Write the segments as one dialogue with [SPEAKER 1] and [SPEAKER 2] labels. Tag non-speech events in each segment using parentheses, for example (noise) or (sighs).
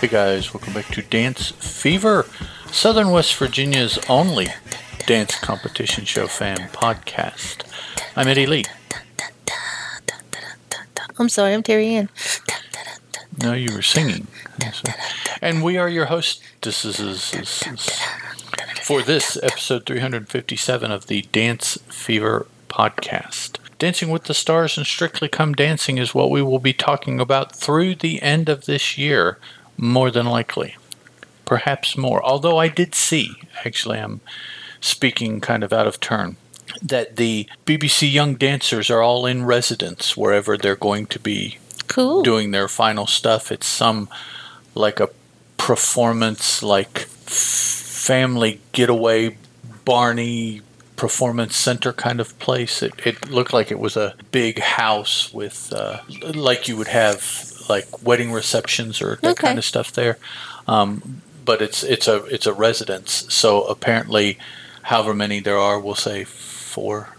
[SPEAKER 1] Hey guys, welcome back to Dance Fever, Southern West Virginia's only dance competition show fan podcast. I'm Eddie Lee.
[SPEAKER 2] I'm sorry, I'm Terry Ann.
[SPEAKER 1] No, you were singing. And we are your hostesses for this episode 357 of the Dance Fever podcast. Dancing with the Stars and Strictly Come Dancing is what we will be talking about through the end of this year, more than likely. Perhaps more. Although I did see, actually, I'm speaking kind of out of turn, that the BBC Young Dancers are all in residence wherever they're going to be
[SPEAKER 2] Cool.
[SPEAKER 1] doing their final stuff. It's some like a performance, like family getaway, Barney performance center kind of place. It, it looked like it was a big house with, uh, like you would have like wedding receptions or that
[SPEAKER 2] Okay.
[SPEAKER 1] kind of stuff there. Um, but it's it's a it's a residence. So apparently, however many there are, we'll say four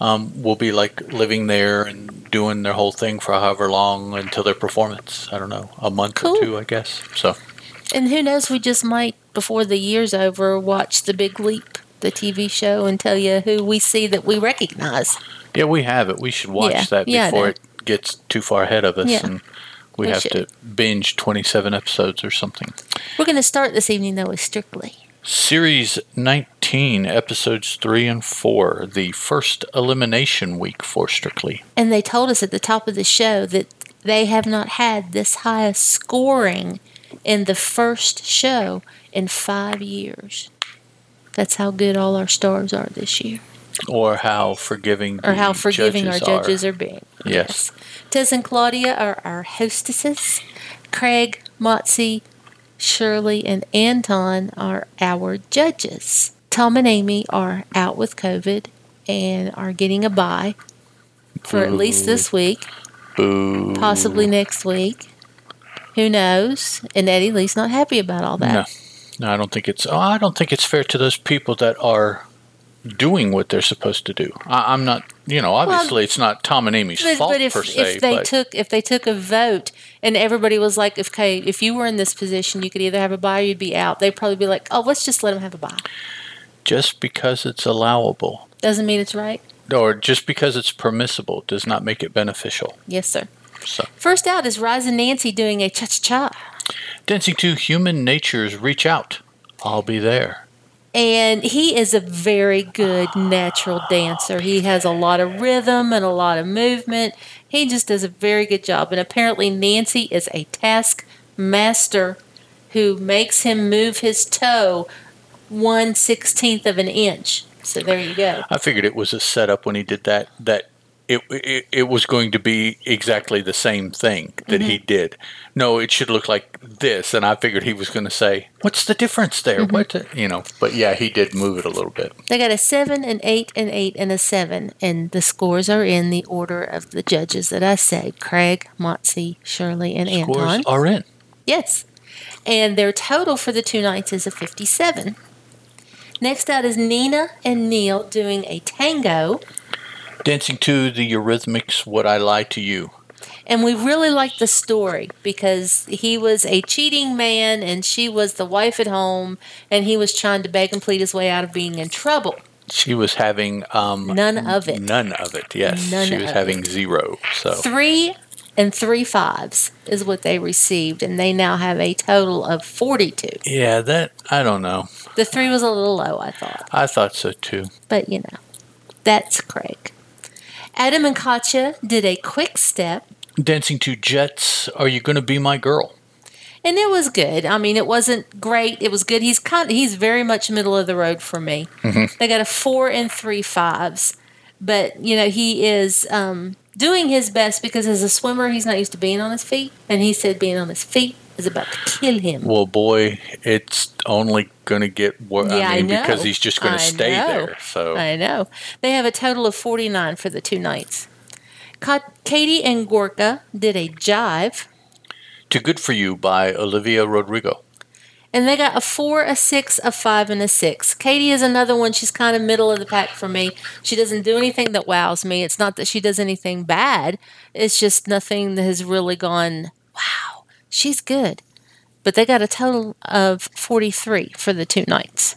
[SPEAKER 1] um, will be like living there and doing their whole thing for however long until their performance. I don't know, a month
[SPEAKER 2] Cool.
[SPEAKER 1] or two, I guess. So
[SPEAKER 2] And who knows, we just might, before the year's over, watch The Big Leap, the TV show, and tell you who we see that we recognize.
[SPEAKER 1] yeah, we have it. We should watch
[SPEAKER 2] Yeah.
[SPEAKER 1] that
[SPEAKER 2] Yeah, I
[SPEAKER 1] before
[SPEAKER 2] know.
[SPEAKER 1] it gets too far ahead of us,
[SPEAKER 2] Yeah.
[SPEAKER 1] and we,
[SPEAKER 2] We
[SPEAKER 1] have
[SPEAKER 2] should.
[SPEAKER 1] to binge twenty-seven episodes or something.
[SPEAKER 2] We're going to start this evening, though, with Strictly.
[SPEAKER 1] Series 19, episodes 3 and 4, the first elimination week for Strictly.
[SPEAKER 2] And they told us at the top of the show that they have not had this high scoring in the first show in five years. That's how good all our stars are this year,
[SPEAKER 1] Or how forgiving
[SPEAKER 2] or
[SPEAKER 1] the
[SPEAKER 2] how forgiving our
[SPEAKER 1] judges are.
[SPEAKER 2] judges are, being.
[SPEAKER 1] Yes.
[SPEAKER 2] Tess and Claudia are our hostesses. Craig, Motzi, Shirley, and Anton are our judges. Tom and Amy are out with COVID and are getting a bye for at least this week,
[SPEAKER 1] Boo.
[SPEAKER 2] possibly next week. Who knows? And Eddie Lee's not happy about all that.
[SPEAKER 1] No. No, I don't think it's. Oh, I don't think it's fair to those people that are doing what they're supposed to do. I, I'm not. You know, obviously, it's not Tom and Amy's
[SPEAKER 2] But,
[SPEAKER 1] fault
[SPEAKER 2] but if,
[SPEAKER 1] per se.
[SPEAKER 2] if they
[SPEAKER 1] but
[SPEAKER 2] took if they took a vote and everybody was like, okay, if you were in this position, you could either have a bye or you'd be out. They'd probably be like, oh, let's just let them have a bye.
[SPEAKER 1] just because it's allowable
[SPEAKER 2] Doesn't mean it's right.
[SPEAKER 1] or just because it's permissible does not make it beneficial.
[SPEAKER 2] Yes, sir.
[SPEAKER 1] So.
[SPEAKER 2] First out is Rising Nancy doing a cha cha cha.
[SPEAKER 1] Dancing to Human Nature's Reach Out. I'll be there.
[SPEAKER 2] And he is a very good natural dancer. He has a lot of rhythm and a lot of movement. He just does a very good job. And apparently, Nancy is a task master who makes him move his toe one sixteenth of an inch. So there you go.
[SPEAKER 1] I figured it was a setup when he did that. That it it, it was going to be exactly the same thing that
[SPEAKER 2] Mm-hmm.
[SPEAKER 1] he did. No, it should look like this, and I figured he was going to say, "What's the difference there?"
[SPEAKER 2] Mm-hmm.
[SPEAKER 1] What the-" you know? But yeah, he did move it a little bit.
[SPEAKER 2] They got a seven, an eight, an eight, and a seven. And the scores are in the order of the judges that I said Craig, Motzi, Shirley, and Anton.
[SPEAKER 1] Scores are in.
[SPEAKER 2] Yes. And their total for the two nights is a 57. Next out is Nina and Neil doing a tango.
[SPEAKER 1] Dancing to the Eurythmics, "Would I Lie to You?"
[SPEAKER 2] And we really like the story because he was a cheating man and she was the wife at home and he was trying to beg and plead his way out of being in trouble.
[SPEAKER 1] She was having um,
[SPEAKER 2] None of it.
[SPEAKER 1] None of it. Yes,
[SPEAKER 2] None
[SPEAKER 1] she was
[SPEAKER 2] of
[SPEAKER 1] having zero. So
[SPEAKER 2] Three and three fives is what they received, and they now have a total of 42.
[SPEAKER 1] yeah, that I don't know.
[SPEAKER 2] The three was a little low, I thought.
[SPEAKER 1] I thought so too.
[SPEAKER 2] but you know, that's Craig. Adam and Katya did a quick step,
[SPEAKER 1] Dancing to Jets, "Are You Going to Be My Girl?"
[SPEAKER 2] and it was good. I mean, it wasn't great. It was good. He's kind. He's very much middle of the road for me. They got a four and three fives, but you know, he is um, doing his best because as a swimmer, he's not used to being on his feet, and he said being on his feet is about to kill him.
[SPEAKER 1] Well, boy, it's only going to get worse.
[SPEAKER 2] Yeah, I
[SPEAKER 1] I mean,
[SPEAKER 2] know.
[SPEAKER 1] because he's just going
[SPEAKER 2] I
[SPEAKER 1] to stay
[SPEAKER 2] know.
[SPEAKER 1] there. So
[SPEAKER 2] I know. They have a total of 49 for the two nights. Kat- Katie and Gorka did a jive.
[SPEAKER 1] "To Good for You" by Olivia Rodrigo.
[SPEAKER 2] And they got a four, a six, a five, and a six. Katie is another one. She's kind of middle of the pack for me. She doesn't do anything that wows me. It's not that she does anything bad, it's just nothing that has really gone, wow, she's good. but they got a total of 43 for the two nights.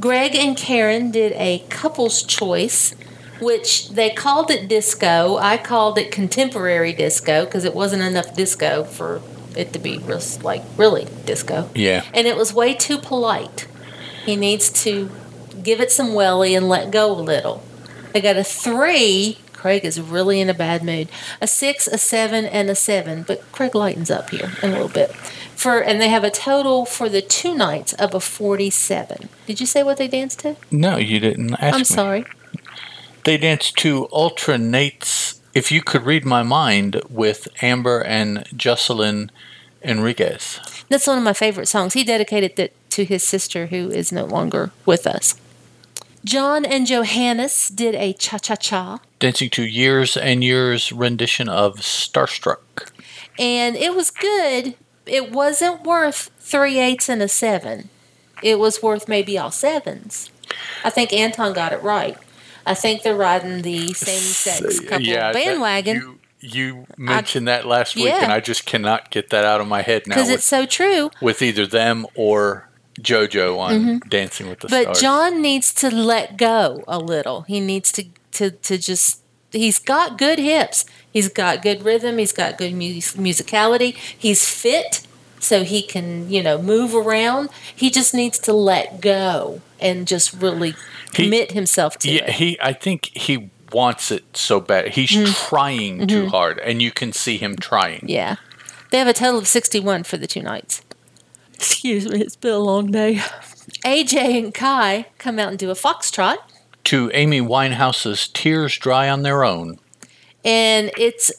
[SPEAKER 2] Greg and Karen did a couple's choice, which they called it disco. I called it contemporary disco because it wasn't enough disco for it to be real, like really disco.
[SPEAKER 1] Yeah.
[SPEAKER 2] And it was way too polite. He needs to give it some welly and let go a little. They got a three. Craig is really in a bad mood. A six, a seven, and a seven. But Craig lightens up here in a little bit. For and they have a total for the two nights of a forty-seven. Did you say what they danced to?
[SPEAKER 1] No, you didn't ask
[SPEAKER 2] I'm
[SPEAKER 1] me.
[SPEAKER 2] sorry.
[SPEAKER 1] They danced to Ultra Nate's If You Could Read My Mind with Amber and Jocelyn Enriquez.
[SPEAKER 2] That's one of my favorite songs. He dedicated it to his sister, who is no longer with us. John and Johannes did a cha cha cha,
[SPEAKER 1] Dancing to Years and Years rendition of Starstruck.
[SPEAKER 2] and it was good. It wasn't worth three eights and a seven. It was worth maybe all sevens. I think Anton got it right. I think they're riding the same sex couple
[SPEAKER 1] that-
[SPEAKER 2] bandwagon
[SPEAKER 1] you, you mentioned that last week,
[SPEAKER 2] Yeah.
[SPEAKER 1] and I just cannot get that out of my head now
[SPEAKER 2] because
[SPEAKER 1] with,
[SPEAKER 2] it's so true.
[SPEAKER 1] with either them or JoJo on Dancing with the
[SPEAKER 2] Mm-hmm. But
[SPEAKER 1] Stars.
[SPEAKER 2] John needs to let go a little. He needs to to to just. He's got good hips. He's got good rhythm. He's got good mus- musicality. He's fit, so he can you know move around. He just needs to let go and just really
[SPEAKER 1] He-
[SPEAKER 2] commit himself to
[SPEAKER 1] yeah,
[SPEAKER 2] it.
[SPEAKER 1] he. I think he wants it so bad. He's trying too hard, and you can see him trying.
[SPEAKER 2] Mm-hmm. Yeah, they have a total of sixty-one for the two nights. Excuse me, it's been a long day. AJ and Kai come out and do a foxtrot.
[SPEAKER 1] To Amy Winehouse's "Tears Dry on Their Own,"
[SPEAKER 2] and it's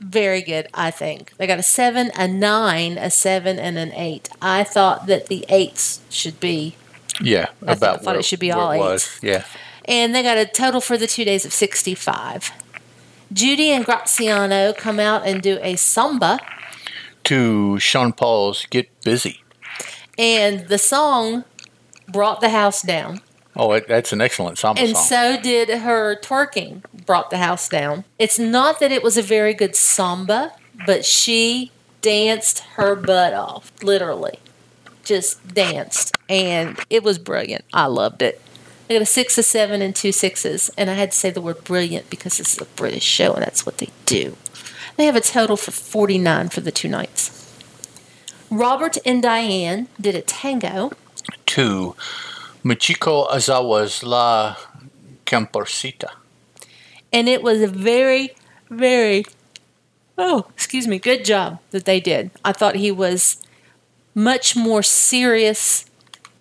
[SPEAKER 2] very good i think they got a seven a nine a seven and an eight i thought that the eights should be
[SPEAKER 1] yeah,
[SPEAKER 2] I
[SPEAKER 1] about
[SPEAKER 2] thought
[SPEAKER 1] what
[SPEAKER 2] it should be
[SPEAKER 1] what
[SPEAKER 2] all
[SPEAKER 1] it
[SPEAKER 2] eights.
[SPEAKER 1] was. Yeah,
[SPEAKER 2] and they got a total for the two days of 65 judy and graziano come out and do a samba
[SPEAKER 1] to Sean Paul's "Get Busy."
[SPEAKER 2] and the song brought the house down
[SPEAKER 1] Oh, it, that's an excellent samba
[SPEAKER 2] and
[SPEAKER 1] song.
[SPEAKER 2] so did her twerking brought the house down it's not that it was a very good samba but she danced her butt off literally just danced and it was brilliant i loved it i got a six a seven and two sixes and i had to say the word brilliant because this is a british show and that's what they do they have a total for 49 for the two nights robert and diane did a tango
[SPEAKER 1] to Michiko Azawa's "La Camporcita."
[SPEAKER 2] and it was a very, very, oh, excuse me, good job that they did. I thought he was much more serious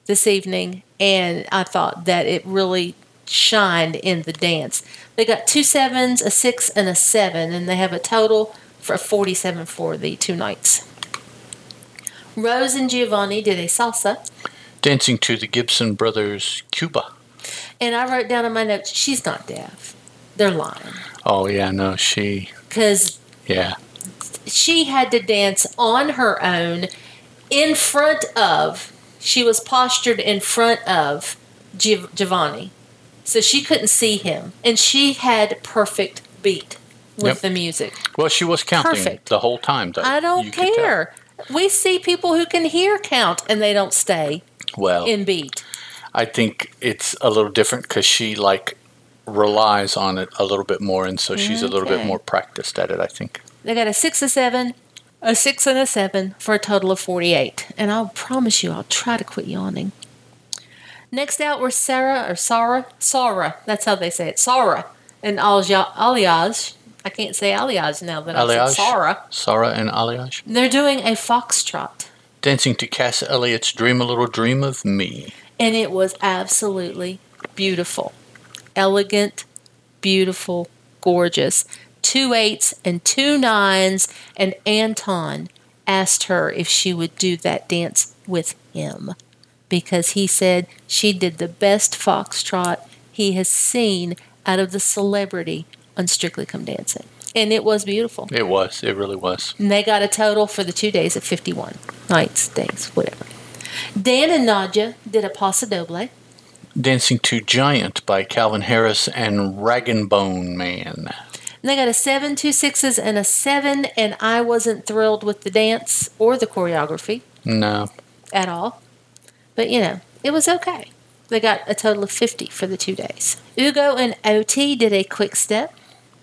[SPEAKER 2] this evening, and I thought that it really shined in the dance. They got two sevens, a six, and a seven, and they have a total for a 47 for the two nights. Rose and Giovanni did a salsa.
[SPEAKER 1] Dancing to the Gibson Brothers "Cuba."
[SPEAKER 2] And I wrote down in my notes, she's not deaf. They're lying.
[SPEAKER 1] Oh yeah, no, she
[SPEAKER 2] Because
[SPEAKER 1] yeah.
[SPEAKER 2] she had to dance on her own in front of she was postured in front of Giv- Giovanni so she couldn't see him and she had perfect beat with
[SPEAKER 1] Yep.
[SPEAKER 2] the music
[SPEAKER 1] Well, she was counting
[SPEAKER 2] Perfect.
[SPEAKER 1] the whole time, though.
[SPEAKER 2] i don't
[SPEAKER 1] You could tell.
[SPEAKER 2] care we see people who can hear count and they don't stay
[SPEAKER 1] Well,
[SPEAKER 2] in beat
[SPEAKER 1] I think it's a little different because she like relies on it a little bit more, and so she's a little bit
[SPEAKER 2] Okay.
[SPEAKER 1] more practiced at it. I think.
[SPEAKER 2] They got a six, a seven, a six, and a seven for a total of 48. And I'll promise you, I'll try to quit yawning. Next out were Sarah or Sarah, Sarah. That's how they say it. Sarah and Alja- Aliaj. I can't say Aliaj now that I
[SPEAKER 1] Aliaj,
[SPEAKER 2] said Sarah.
[SPEAKER 1] Sarah, and Aliaj
[SPEAKER 2] They're doing a foxtrot,
[SPEAKER 1] dancing to Cass Elliott's "Dream a Little Dream of Me."
[SPEAKER 2] and it was absolutely beautiful, elegant, beautiful, gorgeous. Two eights and two nines, and Anton asked her if she would do that dance with him because he said she did the best foxtrot he has seen out of the celebrity on Strictly Come Dancing. And it was beautiful.
[SPEAKER 1] It was. It really was.
[SPEAKER 2] And they got a total for the two days of 51 nights, days, whatever. Dan and Nadja did a Paso Doble.
[SPEAKER 1] Dancing to "Giant" by Calvin Harris and Rag and Bone Man.
[SPEAKER 2] And they got a seven, two sixes, and a seven, and I wasn't thrilled with the dance or the choreography
[SPEAKER 1] No.
[SPEAKER 2] at all. But you know, it was okay. They got a total of 50 for the two days. Ugo and OT did a quick step,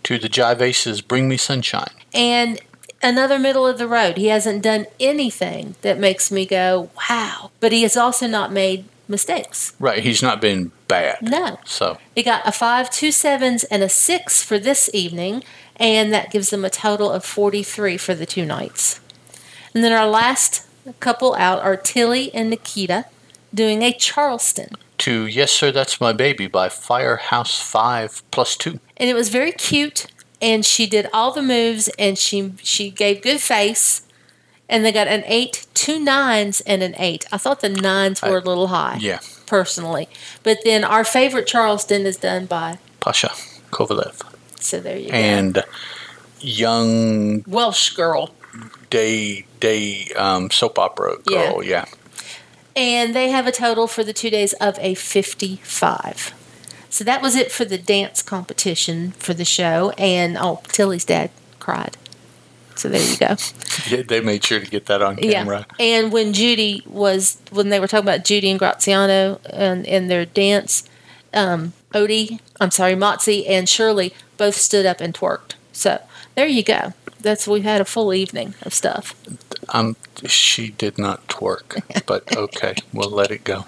[SPEAKER 1] To the Jivases, Bring Me Sunshine.
[SPEAKER 2] and another middle of the road. He hasn't done anything that makes me go, wow. But he has also not made mistakes.
[SPEAKER 1] Right, he's not been bad.
[SPEAKER 2] No.
[SPEAKER 1] So,
[SPEAKER 2] He got a five, two sevens, and a six for this evening, and that gives them a total of 43 for the two nights. And then our last couple out are Tilly and Nikita doing a Charleston.
[SPEAKER 1] to Yes Sir, That's My Baby by Firehouse 5 plus 2.
[SPEAKER 2] and it was very cute and she did all the moves and she she gave good face and they got an eight two nines and an eight i thought the nines were a little high
[SPEAKER 1] Yeah,
[SPEAKER 2] personally but then our favorite charleston is done by
[SPEAKER 1] Pasha Kovalev.
[SPEAKER 2] so there you
[SPEAKER 1] And young
[SPEAKER 2] go welsh girl
[SPEAKER 1] day, day um, soap opera
[SPEAKER 2] Yeah.
[SPEAKER 1] girl. Yeah.
[SPEAKER 2] and they have a total for the two days of a 55 so that was it for the dance competition for the show and oh tilly's dad cried so there you go
[SPEAKER 1] yeah. They made sure to get that on camera.
[SPEAKER 2] Yeah. And when Judy was when they were talking about Judy and Graziano and, and their dance, um, Odie, I'm sorry, Motzi and Shirley both stood up and twerked. So there you go. That's we've had a full evening of stuff.
[SPEAKER 1] Um, she did not twerk,
[SPEAKER 2] (laughs)
[SPEAKER 1] but okay, we'll let it go.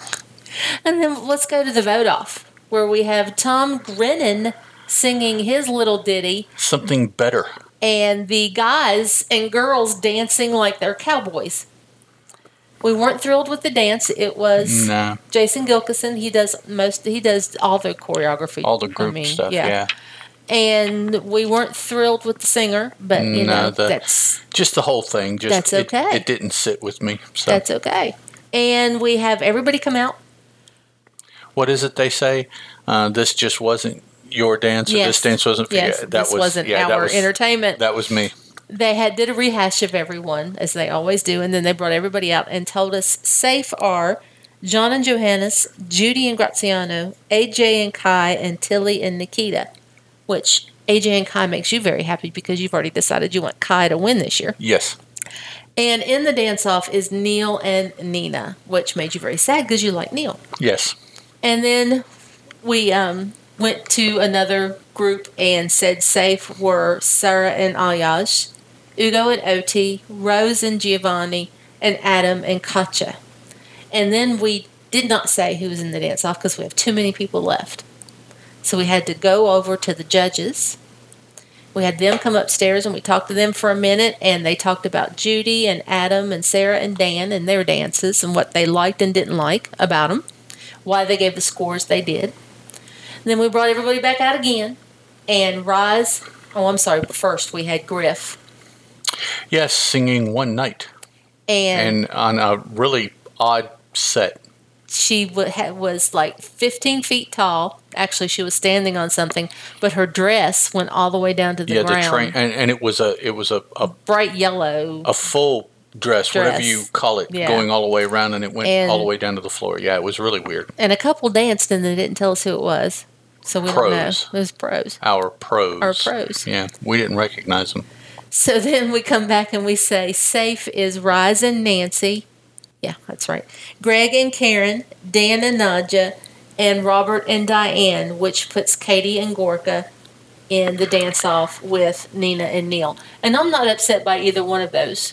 [SPEAKER 2] And then let's go to the vote off where we have Tom Grennan singing his little ditty
[SPEAKER 1] Something better.
[SPEAKER 2] and the guys and girls dancing like they're cowboys. We weren't thrilled with the dance. It was
[SPEAKER 1] Nah,
[SPEAKER 2] Jason Gilkison, he does most. He does all the choreography,
[SPEAKER 1] all the
[SPEAKER 2] I
[SPEAKER 1] group
[SPEAKER 2] mean,
[SPEAKER 1] stuff. Yeah.
[SPEAKER 2] And we weren't thrilled with the singer, but
[SPEAKER 1] No,
[SPEAKER 2] you know
[SPEAKER 1] the-
[SPEAKER 2] that's
[SPEAKER 1] just the whole thing. Just
[SPEAKER 2] That's
[SPEAKER 1] it-
[SPEAKER 2] okay.
[SPEAKER 1] It, didn't sit with me. So
[SPEAKER 2] that's okay. And we have everybody come out.
[SPEAKER 1] what is it they say? Uh, this just wasn't your dance, or
[SPEAKER 2] Yes.
[SPEAKER 1] this dance wasn't for
[SPEAKER 2] Yes,
[SPEAKER 1] you. That
[SPEAKER 2] this
[SPEAKER 1] was,
[SPEAKER 2] was, not
[SPEAKER 1] yeah,
[SPEAKER 2] our
[SPEAKER 1] that was,
[SPEAKER 2] entertainment.
[SPEAKER 1] That was me.
[SPEAKER 2] they had did a rehash of everyone as they always do, and then they brought everybody out and told us safe are John and Johannes, Judy and Graziano, AJ and Kai, and Tilly and Nikita, which. AJ and Kai makes you very happy because you've already decided you want Kai to win this year.
[SPEAKER 1] Yes.
[SPEAKER 2] And in the dance off is Neil and Nina, which made you very sad because you like Neil.
[SPEAKER 1] Yes.
[SPEAKER 2] And then we um, went to another group and said safe were Sarah and Ayash, Ugo and Oti, Rose and Giovanni, and Adam and Katja. And then we did not say who was in the dance off because we have too many people left. So we had to go over to the judges. We had them come upstairs and we talked to them for a minute, and they talked about Judy and Adam and Sarah and Dan and their dances and what they liked and didn't like about them why they gave the scores they did. then we brought everybody back out again, and Rise. Oh, I'm sorry. First we had Griff,
[SPEAKER 1] Yes. Singing one night
[SPEAKER 2] and,
[SPEAKER 1] and on a really odd set.
[SPEAKER 2] she w- ha- was like 15 feet tall. Actually, she was standing on something, but her dress went all the way down to the
[SPEAKER 1] yeah.
[SPEAKER 2] ground.
[SPEAKER 1] The train uh, Oh. and, and it was a it was a, a,
[SPEAKER 2] Bright yellow.
[SPEAKER 1] a full dress, whatever
[SPEAKER 2] Dress.
[SPEAKER 1] you call it,
[SPEAKER 2] Yeah.
[SPEAKER 1] going all the way around and it went
[SPEAKER 2] And-
[SPEAKER 1] all the way down to the floor. Yeah. It was really weird.
[SPEAKER 2] And a couple danced, and they didn't tell us who it was. So we don't know.
[SPEAKER 1] Pros.
[SPEAKER 2] It was pros.
[SPEAKER 1] Our pros.
[SPEAKER 2] Our pros.
[SPEAKER 1] Yeah. We didn't recognize them.
[SPEAKER 2] So (laughs) then we come back and we say safe is Rise and Nancy. Yeah, that's right. Greg and Karen, Dan and Nadja, and Robert and Diane, which puts Katie and Gorka in the dance off with Nina and Neil. And I'm not upset by either one of those.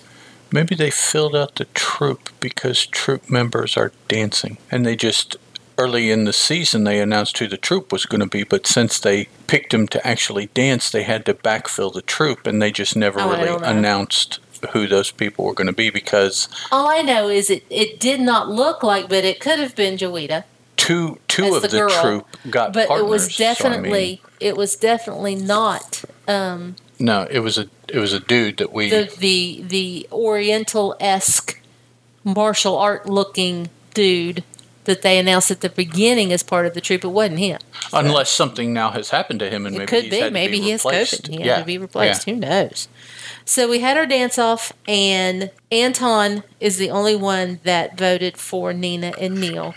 [SPEAKER 1] Maybe they filled out the troop because troop members are dancing. And they just, early in the season, they announced who the troop was going to be. But since they picked them to actually dance, they had to backfill the troop. And they just never
[SPEAKER 2] Oh, I don't
[SPEAKER 1] really
[SPEAKER 2] know.
[SPEAKER 1] announced who those people were going to be because
[SPEAKER 2] All I know is it, it did not look like, but it could have been Joita.
[SPEAKER 1] two two
[SPEAKER 2] That's
[SPEAKER 1] of
[SPEAKER 2] the
[SPEAKER 1] the,
[SPEAKER 2] girl.
[SPEAKER 1] troop got
[SPEAKER 2] But
[SPEAKER 1] partners.
[SPEAKER 2] it was
[SPEAKER 1] So, I mean,
[SPEAKER 2] definitely it was definitely not um,
[SPEAKER 1] no, it was a it was a dude that we
[SPEAKER 2] the the the Oriental esque martial art looking dude that they announced at the beginning as part of the troop. It wasn't him.
[SPEAKER 1] unless something now has happened to him and
[SPEAKER 2] it
[SPEAKER 1] maybe
[SPEAKER 2] could
[SPEAKER 1] he's
[SPEAKER 2] be.
[SPEAKER 1] had to
[SPEAKER 2] Maybe he has
[SPEAKER 1] replaced.
[SPEAKER 2] COVID. He had
[SPEAKER 1] yeah.
[SPEAKER 2] to be replaced. Who knows? So we had our dance off, and Anton is the only one that voted for Nina and Neil,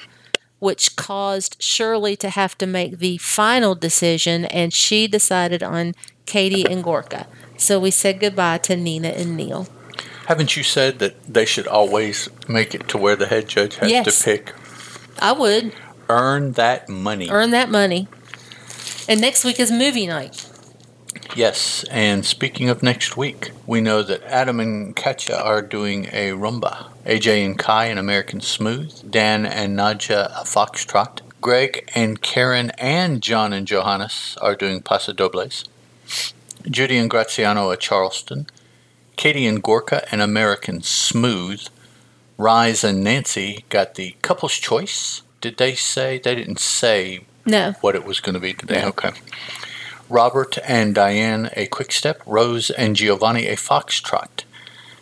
[SPEAKER 2] which caused Shirley to have to make the final decision, and she decided on Katie and Gorka. So we said goodbye to Nina and Neil.
[SPEAKER 1] Haven't you said that they should always make it to where the head judge has
[SPEAKER 2] Yes.
[SPEAKER 1] to pick?
[SPEAKER 2] I would
[SPEAKER 1] Earn that money.
[SPEAKER 2] earn that money. And next week is movie night.
[SPEAKER 1] Yes, and speaking of next week, we know that Adam and Katya are doing a rumba. AJ and Kai an American Smooth. Dan and Nadja a Foxtrot. Greg and Karen and John and Johannes are doing Paso Dobles. Judy and Graziano a Charleston. Katie and Gorka an American Smooth. Rise and Nancy got the couple's choice. Did they say? They didn't say
[SPEAKER 2] No.
[SPEAKER 1] what it was going to be today. Okay. Robert and Diane a quick step, Rose and Giovanni a foxtrot,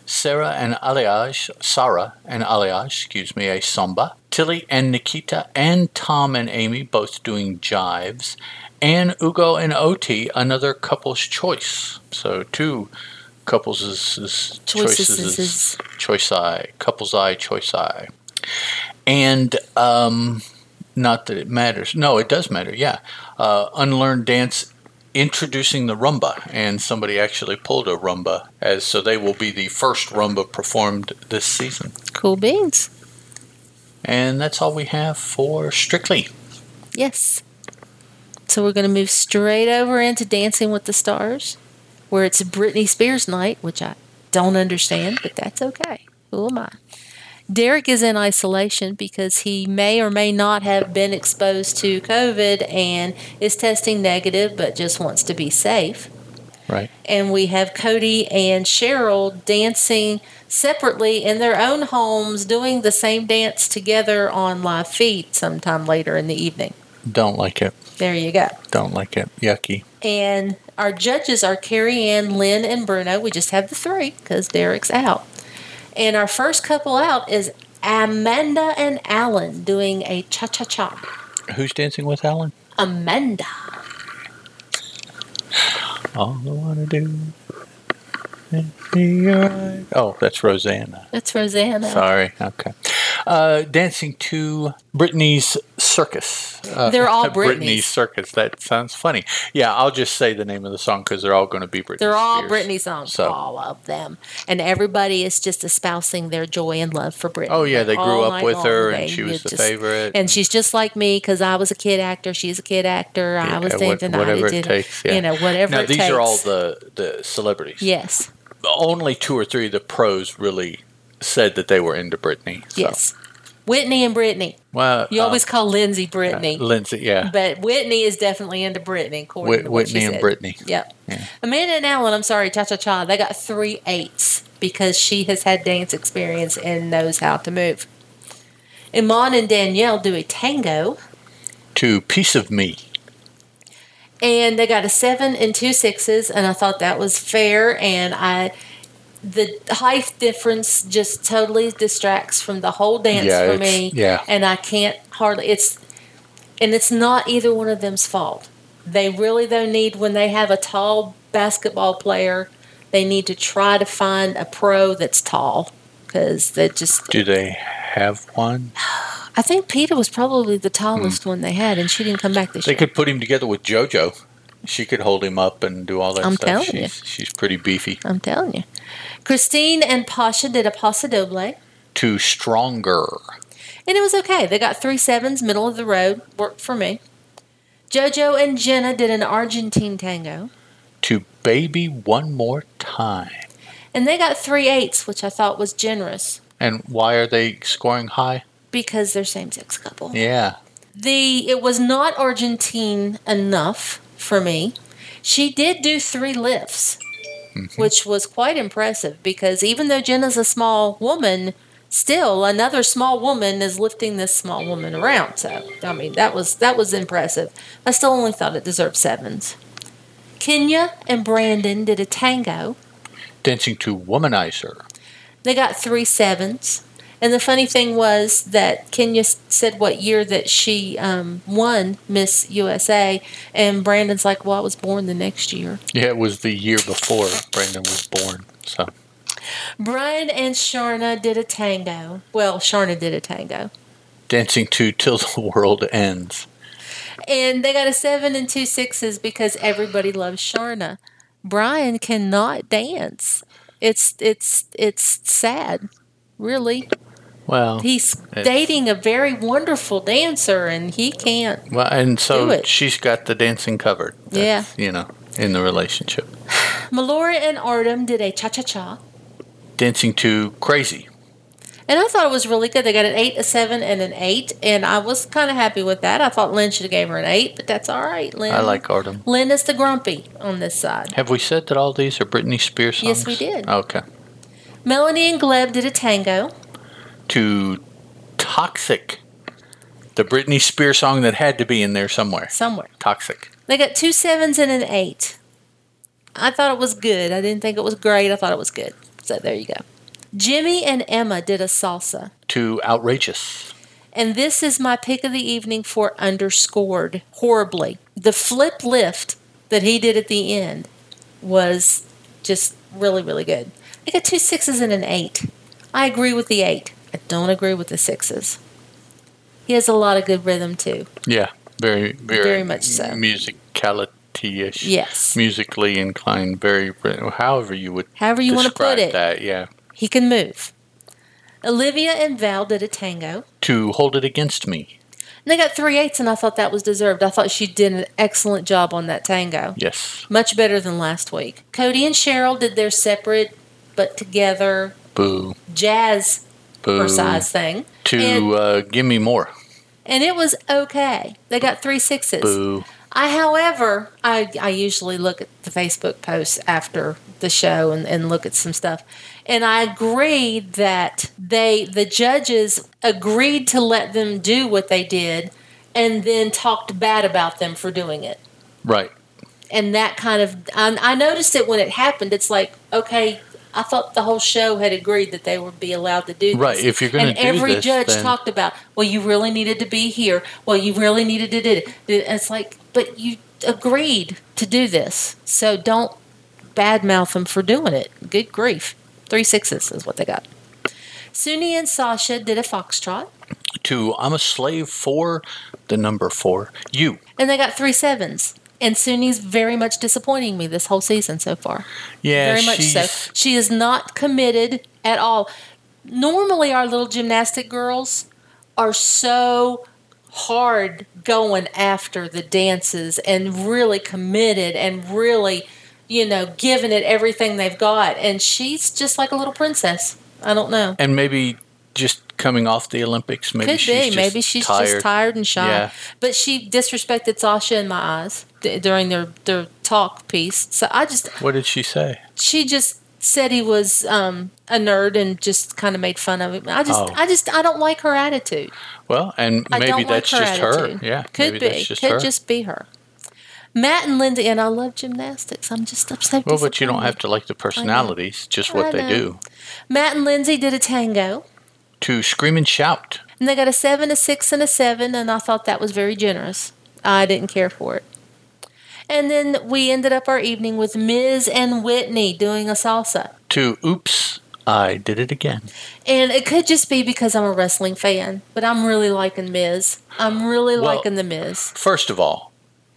[SPEAKER 1] Sarah and Aliage, Sarah and Aliage, excuse me, a samba, Tilly and Nikita and Tom and Amy both doing jives, and Ugo and Oti another couple's choice. So two couples is, is
[SPEAKER 2] Choices
[SPEAKER 1] choices
[SPEAKER 2] is- is-
[SPEAKER 1] choice eye couples eye choice eye, and um, not that it matters. No, it does matter. Yeah, uh, unlearned dance introducing the rumba, and somebody actually pulled a rumba as so they will be the first rumba performed this season.
[SPEAKER 2] Cool beans.
[SPEAKER 1] And that's all we have for Strictly.
[SPEAKER 2] Yes. So we're going to move straight over into Dancing with the Stars, where it's Britney Spears night, which I don't understand, but that's okay. Who am I? Derek is in isolation because he may or may not have been exposed to COVID and is testing negative, but just wants to be safe.
[SPEAKER 1] Right.
[SPEAKER 2] And we have Cody and Cheryl dancing separately in their own homes, doing the same dance together on live feed sometime later in the evening.
[SPEAKER 1] Don't like it.
[SPEAKER 2] There you go.
[SPEAKER 1] Don't like it. Yucky.
[SPEAKER 2] And our judges are Carrie Ann, Lynn, and Bruno. We just have the three because Derek's out. And our first couple out is Amanda and Alan doing a cha cha cha.
[SPEAKER 1] Who's dancing with Alan?
[SPEAKER 2] Amanda.
[SPEAKER 1] All I wanna do. is be alright. Oh, that's Rosanna.
[SPEAKER 2] That's Rosanna.
[SPEAKER 1] Sorry. Okay. Uh, dancing to Britney's Circus. Uh, (laughs)
[SPEAKER 2] They're all
[SPEAKER 1] Britney's.
[SPEAKER 2] Britneys.
[SPEAKER 1] Circus. That sounds funny. Yeah, I'll just say the name of the song because they're all going to be Britney.
[SPEAKER 2] They're all
[SPEAKER 1] Spears.
[SPEAKER 2] Britney songs,
[SPEAKER 1] So-
[SPEAKER 2] all of them. And everybody is just espousing their joy and love for Britney.
[SPEAKER 1] Oh yeah, they
[SPEAKER 2] All
[SPEAKER 1] grew up
[SPEAKER 2] night
[SPEAKER 1] with her,
[SPEAKER 2] long,
[SPEAKER 1] and
[SPEAKER 2] they
[SPEAKER 1] she was
[SPEAKER 2] would
[SPEAKER 1] the
[SPEAKER 2] just-
[SPEAKER 1] favorite.
[SPEAKER 2] And she's just like me because I was a kid actor. She's a kid actor. I was
[SPEAKER 1] Yeah, what-
[SPEAKER 2] dancing.
[SPEAKER 1] whatever
[SPEAKER 2] I
[SPEAKER 1] it
[SPEAKER 2] did,
[SPEAKER 1] takes, yeah.
[SPEAKER 2] You know, whatever
[SPEAKER 1] now
[SPEAKER 2] it
[SPEAKER 1] these
[SPEAKER 2] takes.
[SPEAKER 1] are all the the celebrities.
[SPEAKER 2] Yes.
[SPEAKER 1] Only two or three of the pros really said that they were into Britney. So.
[SPEAKER 2] Yes. Whitney and Brittany.
[SPEAKER 1] Well,
[SPEAKER 2] You
[SPEAKER 1] uh,
[SPEAKER 2] always call Lindsay Brittany,
[SPEAKER 1] Lindsay. Yeah.
[SPEAKER 2] but Whitney is definitely into Brittany. According
[SPEAKER 1] Whit-
[SPEAKER 2] to what she
[SPEAKER 1] Whitney and
[SPEAKER 2] said.
[SPEAKER 1] Brittany.
[SPEAKER 2] Yep.
[SPEAKER 1] Yeah.
[SPEAKER 2] Amanda and Alan, I'm sorry, Cha Cha Cha, they got three eights because she has had dance experience and knows how to move. Iman and Danielle do a tango,
[SPEAKER 1] To piece of me.
[SPEAKER 2] and they got a seven and two sixes, and I thought that was fair. And I, the height difference just totally distracts from the whole dance
[SPEAKER 1] Yeah,
[SPEAKER 2] for
[SPEAKER 1] it's-
[SPEAKER 2] me.
[SPEAKER 1] yeah.
[SPEAKER 2] and I can't hardly. It's, and it's not either one of them's fault. They really though need when they have a tall basketball player, they need to try to find a pro that's tall because they just.
[SPEAKER 1] Do they have one?
[SPEAKER 2] I think Peter was probably the tallest one they had, and she didn't come back this
[SPEAKER 1] Hmm. They
[SPEAKER 2] year.
[SPEAKER 1] could put him together with JoJo. She could hold him up and do all that
[SPEAKER 2] I'm
[SPEAKER 1] stuff.
[SPEAKER 2] telling you.
[SPEAKER 1] she's, she's pretty beefy.
[SPEAKER 2] I'm telling you, Christine and Pasha did a paso doble.
[SPEAKER 1] To stronger.
[SPEAKER 2] And it was okay. They got three sevens, middle of the road, worked for me. JoJo and Jenna did an Argentine tango,
[SPEAKER 1] To baby one more time.
[SPEAKER 2] and they got three eights, which I thought was generous
[SPEAKER 1] And why are they scoring high?
[SPEAKER 2] because they're same sex couple.
[SPEAKER 1] Yeah.
[SPEAKER 2] The it was not Argentine enough for me. She did do three lifts, which was quite impressive because even though Jenna's a small woman, still another small woman is lifting this small woman around. So I mean that was that was impressive. I still only thought it deserved sevens. Kenya and Brandon did a tango.
[SPEAKER 1] Dancing to womanizer.
[SPEAKER 2] They got three sevens. And the funny thing was that Kenya s- said what year that she um, won Miss USA, and Brandon's like, "Well, I was born the next year."
[SPEAKER 1] Yeah, it was the year before Brandon was born. So
[SPEAKER 2] Brian and Sharna did a tango. Well, Sharna did a tango,
[SPEAKER 1] dancing to till the world ends.
[SPEAKER 2] and they got a seven and two sixes because everybody loves Sharna. Brian cannot dance. It's it's it's sad, really.
[SPEAKER 1] Well,
[SPEAKER 2] He's
[SPEAKER 1] It's-
[SPEAKER 2] dating a very wonderful dancer, and he can't.
[SPEAKER 1] well, and
[SPEAKER 2] Do
[SPEAKER 1] so
[SPEAKER 2] it.
[SPEAKER 1] she's got the dancing covered. That's, you know, in the relationship,
[SPEAKER 2] Melora and Artem did a cha cha cha,
[SPEAKER 1] dancing to crazy.
[SPEAKER 2] and I thought it was really good. They got an eight, a seven, and an eight, and I was kind of happy with that. I thought Lynn should have gave her an eight, but that's all right. Lynn,
[SPEAKER 1] I like Artem.
[SPEAKER 2] Lynn is the grumpy on this side.
[SPEAKER 1] Have we said that all these are Britney Spears songs?
[SPEAKER 2] Yes, we did.
[SPEAKER 1] Okay.
[SPEAKER 2] Melanie and Gleb did a tango.
[SPEAKER 1] To Toxic, the Britney Spears song that had to be in there somewhere.
[SPEAKER 2] somewhere.
[SPEAKER 1] Toxic.
[SPEAKER 2] They got two sevens and an eight. I thought it was good. I didn't think it was great. I thought it was good. So there you go. Jimmy and Emma did a salsa.
[SPEAKER 1] To Outrageous.
[SPEAKER 2] And this is my pick of the evening for underscored horribly. The flip lift that he did at the end was just really, really good. I got two sixes and an eight. I agree with the eight. I don't agree with the sixes. He has a lot of good rhythm too.
[SPEAKER 1] Yeah, very, very,
[SPEAKER 2] Very much so.
[SPEAKER 1] Musicality ish.
[SPEAKER 2] Yes.
[SPEAKER 1] Musically inclined, very, however you would
[SPEAKER 2] However you want to
[SPEAKER 1] describe
[SPEAKER 2] put it.
[SPEAKER 1] that. Yeah.
[SPEAKER 2] He can move. Olivia and Val did a tango.
[SPEAKER 1] To Hold It Against Me.
[SPEAKER 2] And they got three eights, and I thought that was deserved. I thought she did an excellent job on that tango,
[SPEAKER 1] Yes.
[SPEAKER 2] much better than last week. Cody and Cheryl did their separate but together
[SPEAKER 1] Boo.
[SPEAKER 2] jazz
[SPEAKER 1] Boo.
[SPEAKER 2] size thing, and-
[SPEAKER 1] To uh, Give Me More.
[SPEAKER 2] and it was okay. They got three sixes.
[SPEAKER 1] Boo.
[SPEAKER 2] I, however, I, I usually look at the Facebook posts after the show and, and look at some stuff. And I agree that they the judges agreed to let them do what they did and then talked bad about them for doing it.
[SPEAKER 1] Right.
[SPEAKER 2] And that kind of I, I noticed it when it happened. It's like, okay, I thought the whole show had agreed that they would be allowed to do this.
[SPEAKER 1] Right, if you're gonna
[SPEAKER 2] And
[SPEAKER 1] do
[SPEAKER 2] every
[SPEAKER 1] this,
[SPEAKER 2] judge
[SPEAKER 1] then-
[SPEAKER 2] talked about, well, you really needed to be here. Well, you really needed to do it. And it's like, but you agreed to do this, so don't badmouth them for doing it. Good grief, three sixes is what they got. Suni and Sasha did a foxtrot,
[SPEAKER 1] To I'm a Slave for the number four. You.
[SPEAKER 2] and they got three sevens. And Suni's very much disappointing me this whole season so far.
[SPEAKER 1] Yeah,
[SPEAKER 2] very much so.
[SPEAKER 1] she's-
[SPEAKER 2] She is not committed at all. Normally, our little gymnastic girls are so hard going after the dances and really committed and really, you know, giving it everything they've got. And she's just like a little princess. I don't know.
[SPEAKER 1] And maybe just coming off the Olympics, maybe
[SPEAKER 2] Could
[SPEAKER 1] she's
[SPEAKER 2] be.
[SPEAKER 1] just
[SPEAKER 2] Maybe she's
[SPEAKER 1] tired.
[SPEAKER 2] just tired and shy.
[SPEAKER 1] Yeah.
[SPEAKER 2] But she disrespected Sasha in my eyes d- during their, their talk piece. So I just,
[SPEAKER 1] What did she say?
[SPEAKER 2] she just said he was um, a nerd and just kind of made fun of him. I just,
[SPEAKER 1] Oh.
[SPEAKER 2] I just, I don't like her attitude.
[SPEAKER 1] Well, and
[SPEAKER 2] I
[SPEAKER 1] maybe
[SPEAKER 2] don't
[SPEAKER 1] that's
[SPEAKER 2] like her
[SPEAKER 1] just
[SPEAKER 2] attitude.
[SPEAKER 1] her. Yeah,
[SPEAKER 2] could
[SPEAKER 1] maybe
[SPEAKER 2] be,
[SPEAKER 1] That's just
[SPEAKER 2] could
[SPEAKER 1] her.
[SPEAKER 2] just be her. Matt and Linda and I love gymnastics. I'm just upset.
[SPEAKER 1] well, but you don't have to like the personalities, just
[SPEAKER 2] I
[SPEAKER 1] what they
[SPEAKER 2] know.
[SPEAKER 1] do.
[SPEAKER 2] Matt and Lindsay did a tango,
[SPEAKER 1] To scream and shout.
[SPEAKER 2] and they got a seven, a six, and a seven, and I thought that was very generous. I didn't care for it. And then we ended up our evening with Ms. and Whitney doing a salsa.
[SPEAKER 1] To oops, I did it again.
[SPEAKER 2] And it could just be because I'm a wrestling fan, but I'm really liking Miz. I'm really
[SPEAKER 1] Well-
[SPEAKER 2] liking the Miz.
[SPEAKER 1] First of all,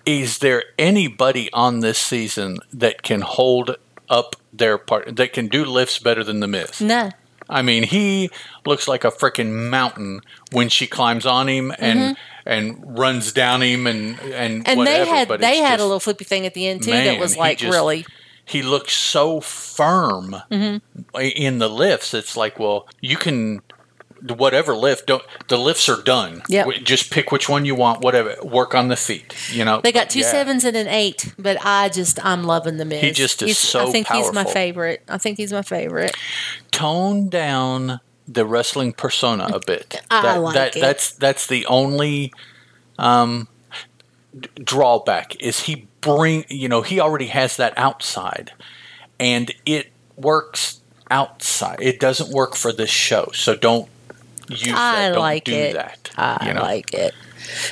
[SPEAKER 1] is there anybody on this season that can hold up their part that can do lifts better than the Miz?
[SPEAKER 2] No.
[SPEAKER 1] I mean, he looks like a freaking mountain when she climbs on him and and runs down him and and
[SPEAKER 2] Mm-hmm. And
[SPEAKER 1] whatever.
[SPEAKER 2] they had
[SPEAKER 1] but
[SPEAKER 2] they
[SPEAKER 1] it's
[SPEAKER 2] had
[SPEAKER 1] just-
[SPEAKER 2] a little flippy thing at the end too
[SPEAKER 1] Man,
[SPEAKER 2] that was
[SPEAKER 1] he
[SPEAKER 2] like
[SPEAKER 1] just-
[SPEAKER 2] really
[SPEAKER 1] He looks so firm
[SPEAKER 2] Mm-hmm.
[SPEAKER 1] i- in the lifts. It's like, well, you can whatever lift. Don't the lifts are done.
[SPEAKER 2] Yep.
[SPEAKER 1] W- Just pick which one you want. Whatever. Work on the feet. You know.
[SPEAKER 2] they got two
[SPEAKER 1] Yeah.
[SPEAKER 2] sevens and an eight, but I just I'm loving the Miz.
[SPEAKER 1] He just is
[SPEAKER 2] He's-
[SPEAKER 1] so
[SPEAKER 2] I think he's my
[SPEAKER 1] powerful.
[SPEAKER 2] favorite. I think he's my favorite.
[SPEAKER 1] Tone down the wrestling persona a bit.
[SPEAKER 2] (laughs) I like it.
[SPEAKER 1] That's that's the only um, d- drawback is he bring you know he already has that outside, and it works outside. It doesn't work for this show, so don't use
[SPEAKER 2] I
[SPEAKER 1] that. Don't
[SPEAKER 2] like
[SPEAKER 1] do
[SPEAKER 2] it.
[SPEAKER 1] that.
[SPEAKER 2] I
[SPEAKER 1] you know?
[SPEAKER 2] like it.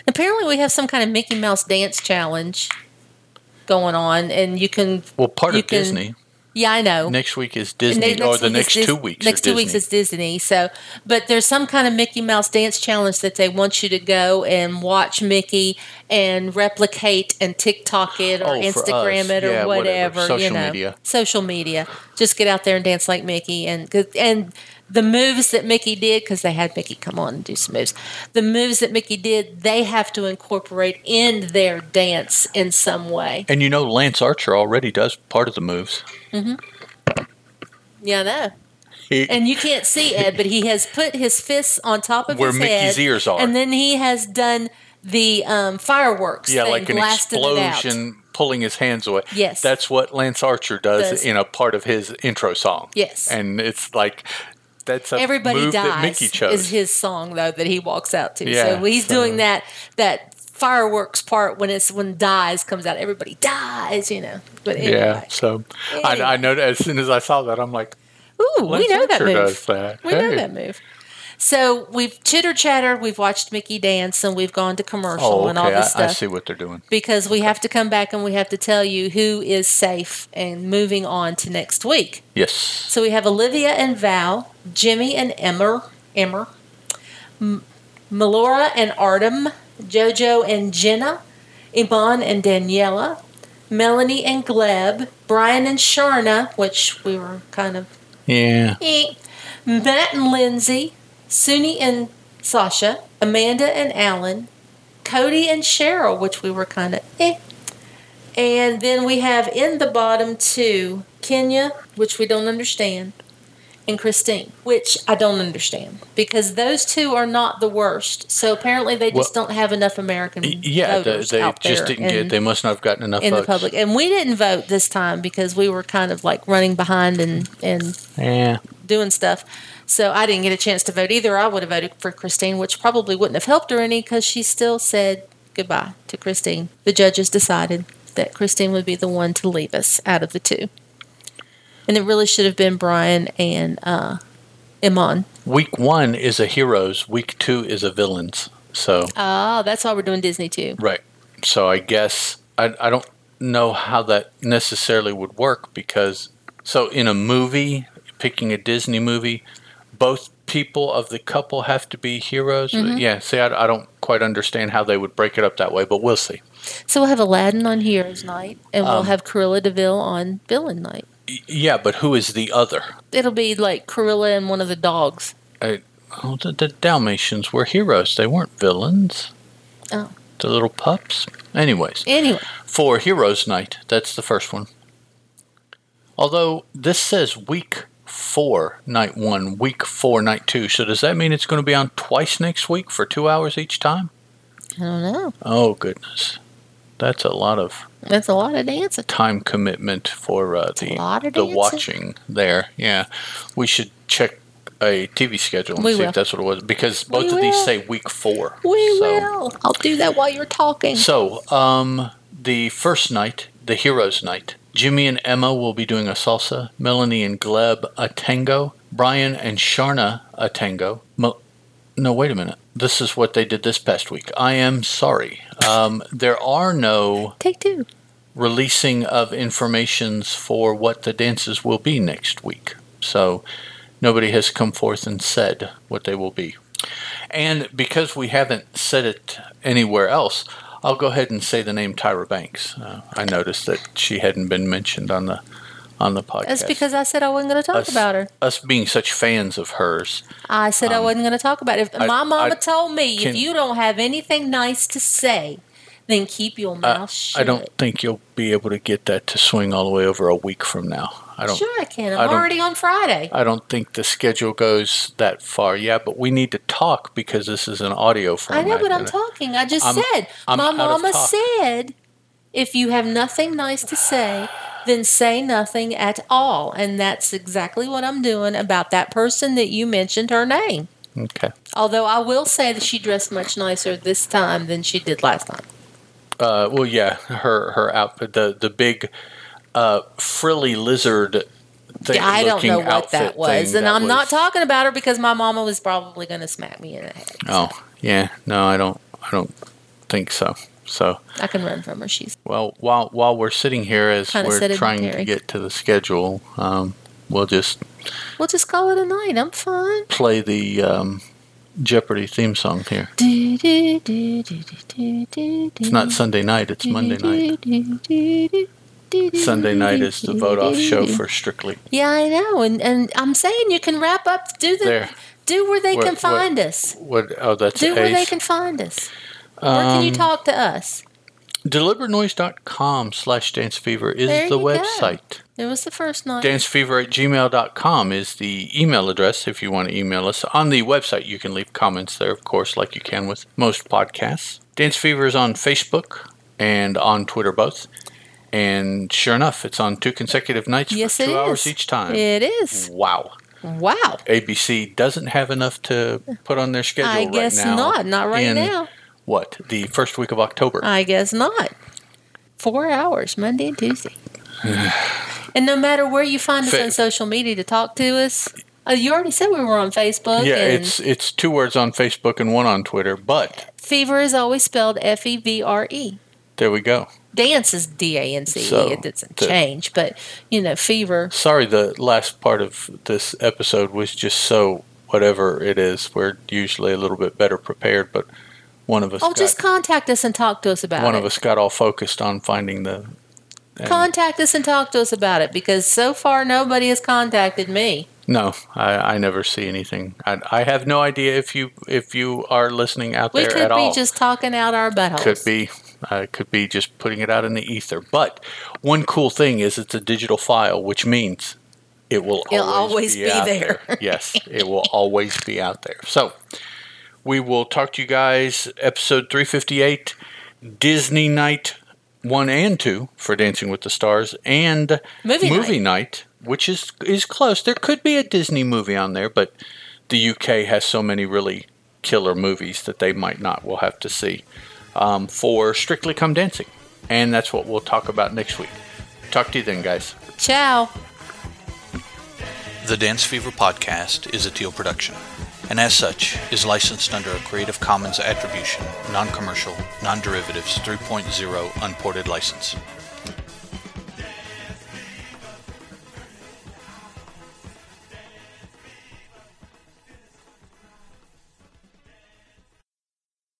[SPEAKER 2] Apparently we have some kind of Mickey Mouse dance challenge going on and you can
[SPEAKER 1] well, part
[SPEAKER 2] you
[SPEAKER 1] of
[SPEAKER 2] can-
[SPEAKER 1] Disney.
[SPEAKER 2] Yeah, I know.
[SPEAKER 1] Next week is Disney,
[SPEAKER 2] And
[SPEAKER 1] or the
[SPEAKER 2] week is
[SPEAKER 1] next
[SPEAKER 2] Dis-
[SPEAKER 1] two weeks.
[SPEAKER 2] Next
[SPEAKER 1] are
[SPEAKER 2] two weeks
[SPEAKER 1] Disney.
[SPEAKER 2] is Disney. So, but there's some kind of Mickey Mouse dance challenge that they want you to go and watch Mickey and replicate and TikTok it or
[SPEAKER 1] Oh, for us.
[SPEAKER 2] Instagram it or
[SPEAKER 1] Yeah, whatever.
[SPEAKER 2] whatever. you
[SPEAKER 1] Social
[SPEAKER 2] know,
[SPEAKER 1] media.
[SPEAKER 2] social media. Just get out there and dance like Mickey and 'cause- and the moves that Mickey did because they had Mickey come on and do some moves. The moves that Mickey did, they have to incorporate in their dance in some way.
[SPEAKER 1] And you know, Lance Archer already does part of the moves.
[SPEAKER 2] Yeah, I know.
[SPEAKER 1] He-
[SPEAKER 2] And you can't
[SPEAKER 1] (laughs)
[SPEAKER 2] see Ed, but he has put his fists on top of
[SPEAKER 1] Where
[SPEAKER 2] his
[SPEAKER 1] Mickey's
[SPEAKER 2] head,
[SPEAKER 1] ears are.
[SPEAKER 2] and then he has done the um, fireworks.
[SPEAKER 1] yeah,
[SPEAKER 2] thing,
[SPEAKER 1] like an
[SPEAKER 2] blasted it out.
[SPEAKER 1] explosion, pulling his hands away.
[SPEAKER 2] Yes.
[SPEAKER 1] that's what Lance Archer does,
[SPEAKER 2] Does.
[SPEAKER 1] in a part of his intro song.
[SPEAKER 2] Yes.
[SPEAKER 1] and it's like that's a
[SPEAKER 2] Everybody
[SPEAKER 1] move
[SPEAKER 2] dies
[SPEAKER 1] that Mickey chose.
[SPEAKER 2] is his song though that he walks out to.
[SPEAKER 1] Yeah,
[SPEAKER 2] so he's
[SPEAKER 1] so-
[SPEAKER 2] doing that that fireworks part when it's when dies comes out. Everybody dies, you know. But anyway,
[SPEAKER 1] yeah, so
[SPEAKER 2] Anyway.
[SPEAKER 1] I, I know as soon as I saw that, I'm like,
[SPEAKER 2] ooh, we
[SPEAKER 1] Lance
[SPEAKER 2] know that
[SPEAKER 1] Archer
[SPEAKER 2] move.
[SPEAKER 1] does that.
[SPEAKER 2] We know
[SPEAKER 1] Hey.
[SPEAKER 2] that move. So we've chitter chattered, we've watched Mickey dance, and we've gone to commercial
[SPEAKER 1] oh,
[SPEAKER 2] and all
[SPEAKER 1] okay,
[SPEAKER 2] this
[SPEAKER 1] I, I
[SPEAKER 2] stuff.
[SPEAKER 1] see what they're doing.
[SPEAKER 2] because we have to come back and we have to tell you who is safe and moving on to next week.
[SPEAKER 1] Yes,
[SPEAKER 2] So we have Olivia and Val, Jimmy and Emmer, Emmer, M- Melora and Artem, Jojo and Jenna, Iman and Daniela, Melanie and Gleb, Brian and Sharna, which we were kind of
[SPEAKER 1] yeah,
[SPEAKER 2] Eh. Matt and Lindsay, Suni and Sasha, Amanda and Alan, Cody and Cheryl, which we were kind of eh. And then we have in the bottom two Kenya, which we don't understand, and Christine, which I don't understand because those two are not the worst. So apparently they just don't have enough American
[SPEAKER 1] Y- yeah. They,
[SPEAKER 2] voters
[SPEAKER 1] they
[SPEAKER 2] Mm, out
[SPEAKER 1] just
[SPEAKER 2] there
[SPEAKER 1] didn't get.
[SPEAKER 2] and-
[SPEAKER 1] They must not have gotten enough
[SPEAKER 2] in the
[SPEAKER 1] votes.
[SPEAKER 2] public. And we didn't vote this time because we were kind of like running behind and and
[SPEAKER 1] Yeah,
[SPEAKER 2] doing stuff. So I didn't get a chance to vote either. I would have voted for Christine, which probably wouldn't have helped her any because she still said goodbye to Christine. The judges decided that Christine would be the one to leave us out of the two. And it really should have been Brian and uh, Iman.
[SPEAKER 1] week one is a heroes. Week two is a villains. So
[SPEAKER 2] Oh, that's why we're doing Disney too.
[SPEAKER 1] Right. So I guess I, I don't know how that necessarily would work because so in a movie, picking a Disney movie, both people of the couple have to be heroes. Yeah. See, I, I don't quite understand how they would break it up that way, but we'll see.
[SPEAKER 2] So we'll have Aladdin on Heroes Night, and we'll have Cruella DeVille on Villain Night.
[SPEAKER 1] Y- Yeah, but who is the other?
[SPEAKER 2] It'll be like Cruella and one of the dogs.
[SPEAKER 1] I, oh, the, the Dalmatians were heroes. They weren't villains.
[SPEAKER 2] Oh.
[SPEAKER 1] The little pups. Anyways.
[SPEAKER 2] Anyway,
[SPEAKER 1] for Heroes Night. That's the first one. Although this says week four, night one, week four, night two. So does that mean it's going to be on twice next week for two hours each time?
[SPEAKER 2] I don't know.
[SPEAKER 1] Oh, goodness. That's a lot of
[SPEAKER 2] That's a lot of dancing.
[SPEAKER 1] time commitment for uh, the,
[SPEAKER 2] a lot of
[SPEAKER 1] the
[SPEAKER 2] dancing.
[SPEAKER 1] watching there. Yeah. We should check a TV schedule and
[SPEAKER 2] We
[SPEAKER 1] see
[SPEAKER 2] will.
[SPEAKER 1] if that's what it was because both of
[SPEAKER 2] will.
[SPEAKER 1] these say week four.
[SPEAKER 2] We
[SPEAKER 1] So-
[SPEAKER 2] will. I'll do that while you're talking.
[SPEAKER 1] So, um, the first night, the heroes' night, Jimmy and Emma will be doing a salsa, Melanie and Gleb a tango, Brian and Sharna a tango. Mo- no, wait a minute. This is what they did this past week. I am sorry. Um, there are no
[SPEAKER 2] Take two.
[SPEAKER 1] releasing of informations for what the dances will be next week. So nobody has come forth and said what they will be. And because we haven't said it anywhere else, I'll go ahead and say the name Tyra Banks. Uh, I noticed that she hadn't been mentioned on the on the podcast.
[SPEAKER 2] That's because I said I wasn't going to talk
[SPEAKER 1] us,
[SPEAKER 2] about her.
[SPEAKER 1] us being such fans of hers.
[SPEAKER 2] I said I wasn't going to talk about it. If
[SPEAKER 1] um, I-
[SPEAKER 2] my mama
[SPEAKER 1] I
[SPEAKER 2] told me if
[SPEAKER 1] can-
[SPEAKER 2] you don't have anything nice to say, then keep your mouth shut.
[SPEAKER 1] Uh, I don't think you'll be able to get that to swing all the way over a week from now. I don't
[SPEAKER 2] Sure, I can.
[SPEAKER 1] I
[SPEAKER 2] I'm
[SPEAKER 1] don't-
[SPEAKER 2] already on Friday.
[SPEAKER 1] I don't think the schedule goes that far. Yeah, but we need to talk because this is an audio
[SPEAKER 2] I
[SPEAKER 1] format.
[SPEAKER 2] know, but I'm
[SPEAKER 1] and-
[SPEAKER 2] talking. I just
[SPEAKER 1] I'm-
[SPEAKER 2] said
[SPEAKER 1] I'm
[SPEAKER 2] my
[SPEAKER 1] out of
[SPEAKER 2] mama
[SPEAKER 1] talk.
[SPEAKER 2] said if you have nothing nice to say, then say nothing at all. And that's exactly what I'm doing about that person that you mentioned her name.
[SPEAKER 1] Okay.
[SPEAKER 2] Although I will say that she dressed much nicer this time than she did last time.
[SPEAKER 1] Uh, well, yeah, her her outfit, the the big uh, frilly lizard. Thing,
[SPEAKER 2] I don't
[SPEAKER 1] looking
[SPEAKER 2] know what
[SPEAKER 1] outfit
[SPEAKER 2] that was.
[SPEAKER 1] thing
[SPEAKER 2] And
[SPEAKER 1] that
[SPEAKER 2] I'm not
[SPEAKER 1] was-
[SPEAKER 2] talking about her because my mama was probably going to smack me in the head.
[SPEAKER 1] Oh yeah, no, I don't. I don't think so. So,
[SPEAKER 2] I can run from her. She's
[SPEAKER 1] well, while while we're sitting here as
[SPEAKER 2] Kinda
[SPEAKER 1] we're trying to
[SPEAKER 2] sedentary.
[SPEAKER 1] get to the schedule, um, we'll just
[SPEAKER 2] we'll just call it a night. I'm fine.
[SPEAKER 1] play the um, Jeopardy theme song here. It's
[SPEAKER 2] It's
[SPEAKER 1] not Sunday night; it's Monday night.
[SPEAKER 2] night.
[SPEAKER 1] Sunday night is the vote off show for Strictly.
[SPEAKER 2] Yeah, I know, and and I'm saying you can wrap up. Do the
[SPEAKER 1] There.
[SPEAKER 2] do where they
[SPEAKER 1] Where-
[SPEAKER 2] can
[SPEAKER 1] where-
[SPEAKER 2] find us.
[SPEAKER 1] What? Oh, that's
[SPEAKER 2] Do where they
[SPEAKER 1] Ace. Um,
[SPEAKER 2] can find us. Where can you talk to us?
[SPEAKER 1] Delibernoise.com Um, slash dancefever
[SPEAKER 2] There
[SPEAKER 1] is the
[SPEAKER 2] you go.
[SPEAKER 1] website.
[SPEAKER 2] It was the first night.
[SPEAKER 1] Dancefever at gmail.com is the email address if you want to email us. On the website, you can leave comments there, of course, like you can with most podcasts. Dance Fever is on Facebook and on Twitter both. And sure enough, it's on two consecutive nights
[SPEAKER 2] yes,
[SPEAKER 1] for
[SPEAKER 2] it
[SPEAKER 1] two
[SPEAKER 2] is.
[SPEAKER 1] hours each time.
[SPEAKER 2] It is.
[SPEAKER 1] Wow.
[SPEAKER 2] Wow.
[SPEAKER 1] ABC doesn't have enough to put on their schedule
[SPEAKER 2] I guess
[SPEAKER 1] right now.
[SPEAKER 2] not. Not right
[SPEAKER 1] in,
[SPEAKER 2] now.
[SPEAKER 1] What? The first week of October.
[SPEAKER 2] I guess not. Four hours, Monday and Tuesday.
[SPEAKER 1] (sighs)
[SPEAKER 2] and no matter where you find us
[SPEAKER 1] Fa-
[SPEAKER 2] on social media to talk to us, uh, you already said we were on Facebook.
[SPEAKER 1] Yeah,
[SPEAKER 2] and
[SPEAKER 1] it's it's two words on Facebook and one on Twitter, but
[SPEAKER 2] fever is always spelled F E V R E.
[SPEAKER 1] there we go.
[SPEAKER 2] Dance is D A N C E.
[SPEAKER 1] So,
[SPEAKER 2] it doesn't
[SPEAKER 1] the-
[SPEAKER 2] change, but you know, fever.
[SPEAKER 1] Sorry the last part of this episode was just so whatever it is. We're usually a little bit better prepared, but one of us
[SPEAKER 2] Oh,
[SPEAKER 1] got,
[SPEAKER 2] just contact us and talk to us about
[SPEAKER 1] one
[SPEAKER 2] it.
[SPEAKER 1] of us got all focused on finding the and-
[SPEAKER 2] Contact us and talk to us about it because so far nobody has contacted me.
[SPEAKER 1] No, I, I never see anything. I, I have no idea if you if you are listening out
[SPEAKER 2] We
[SPEAKER 1] there
[SPEAKER 2] could
[SPEAKER 1] at
[SPEAKER 2] be
[SPEAKER 1] all.
[SPEAKER 2] just talking out our buttholes.
[SPEAKER 1] could be uh, could be just putting it out in the ether. But one cool thing is it's a digital file, which means it will
[SPEAKER 2] It'll always be
[SPEAKER 1] out
[SPEAKER 2] there.
[SPEAKER 1] yes, it
[SPEAKER 2] (laughs)
[SPEAKER 1] will always be out there. So we will talk to you guys episode 358 Disney night 1 and 2 for Dancing with the Stars and
[SPEAKER 2] Movie
[SPEAKER 1] night. which is is close. There could be a Disney movie on there, but the UK has so many really killer movies that they might not. We'll have to see um, for Strictly Come Dancing. And that's what we'll talk about next week. Talk to you then, guys.
[SPEAKER 2] Ciao.
[SPEAKER 1] The Dance Fever podcast is a teal production, and as such, is licensed under a Creative Commons Attribution, non commercial, non derivatives 3.0 unported license.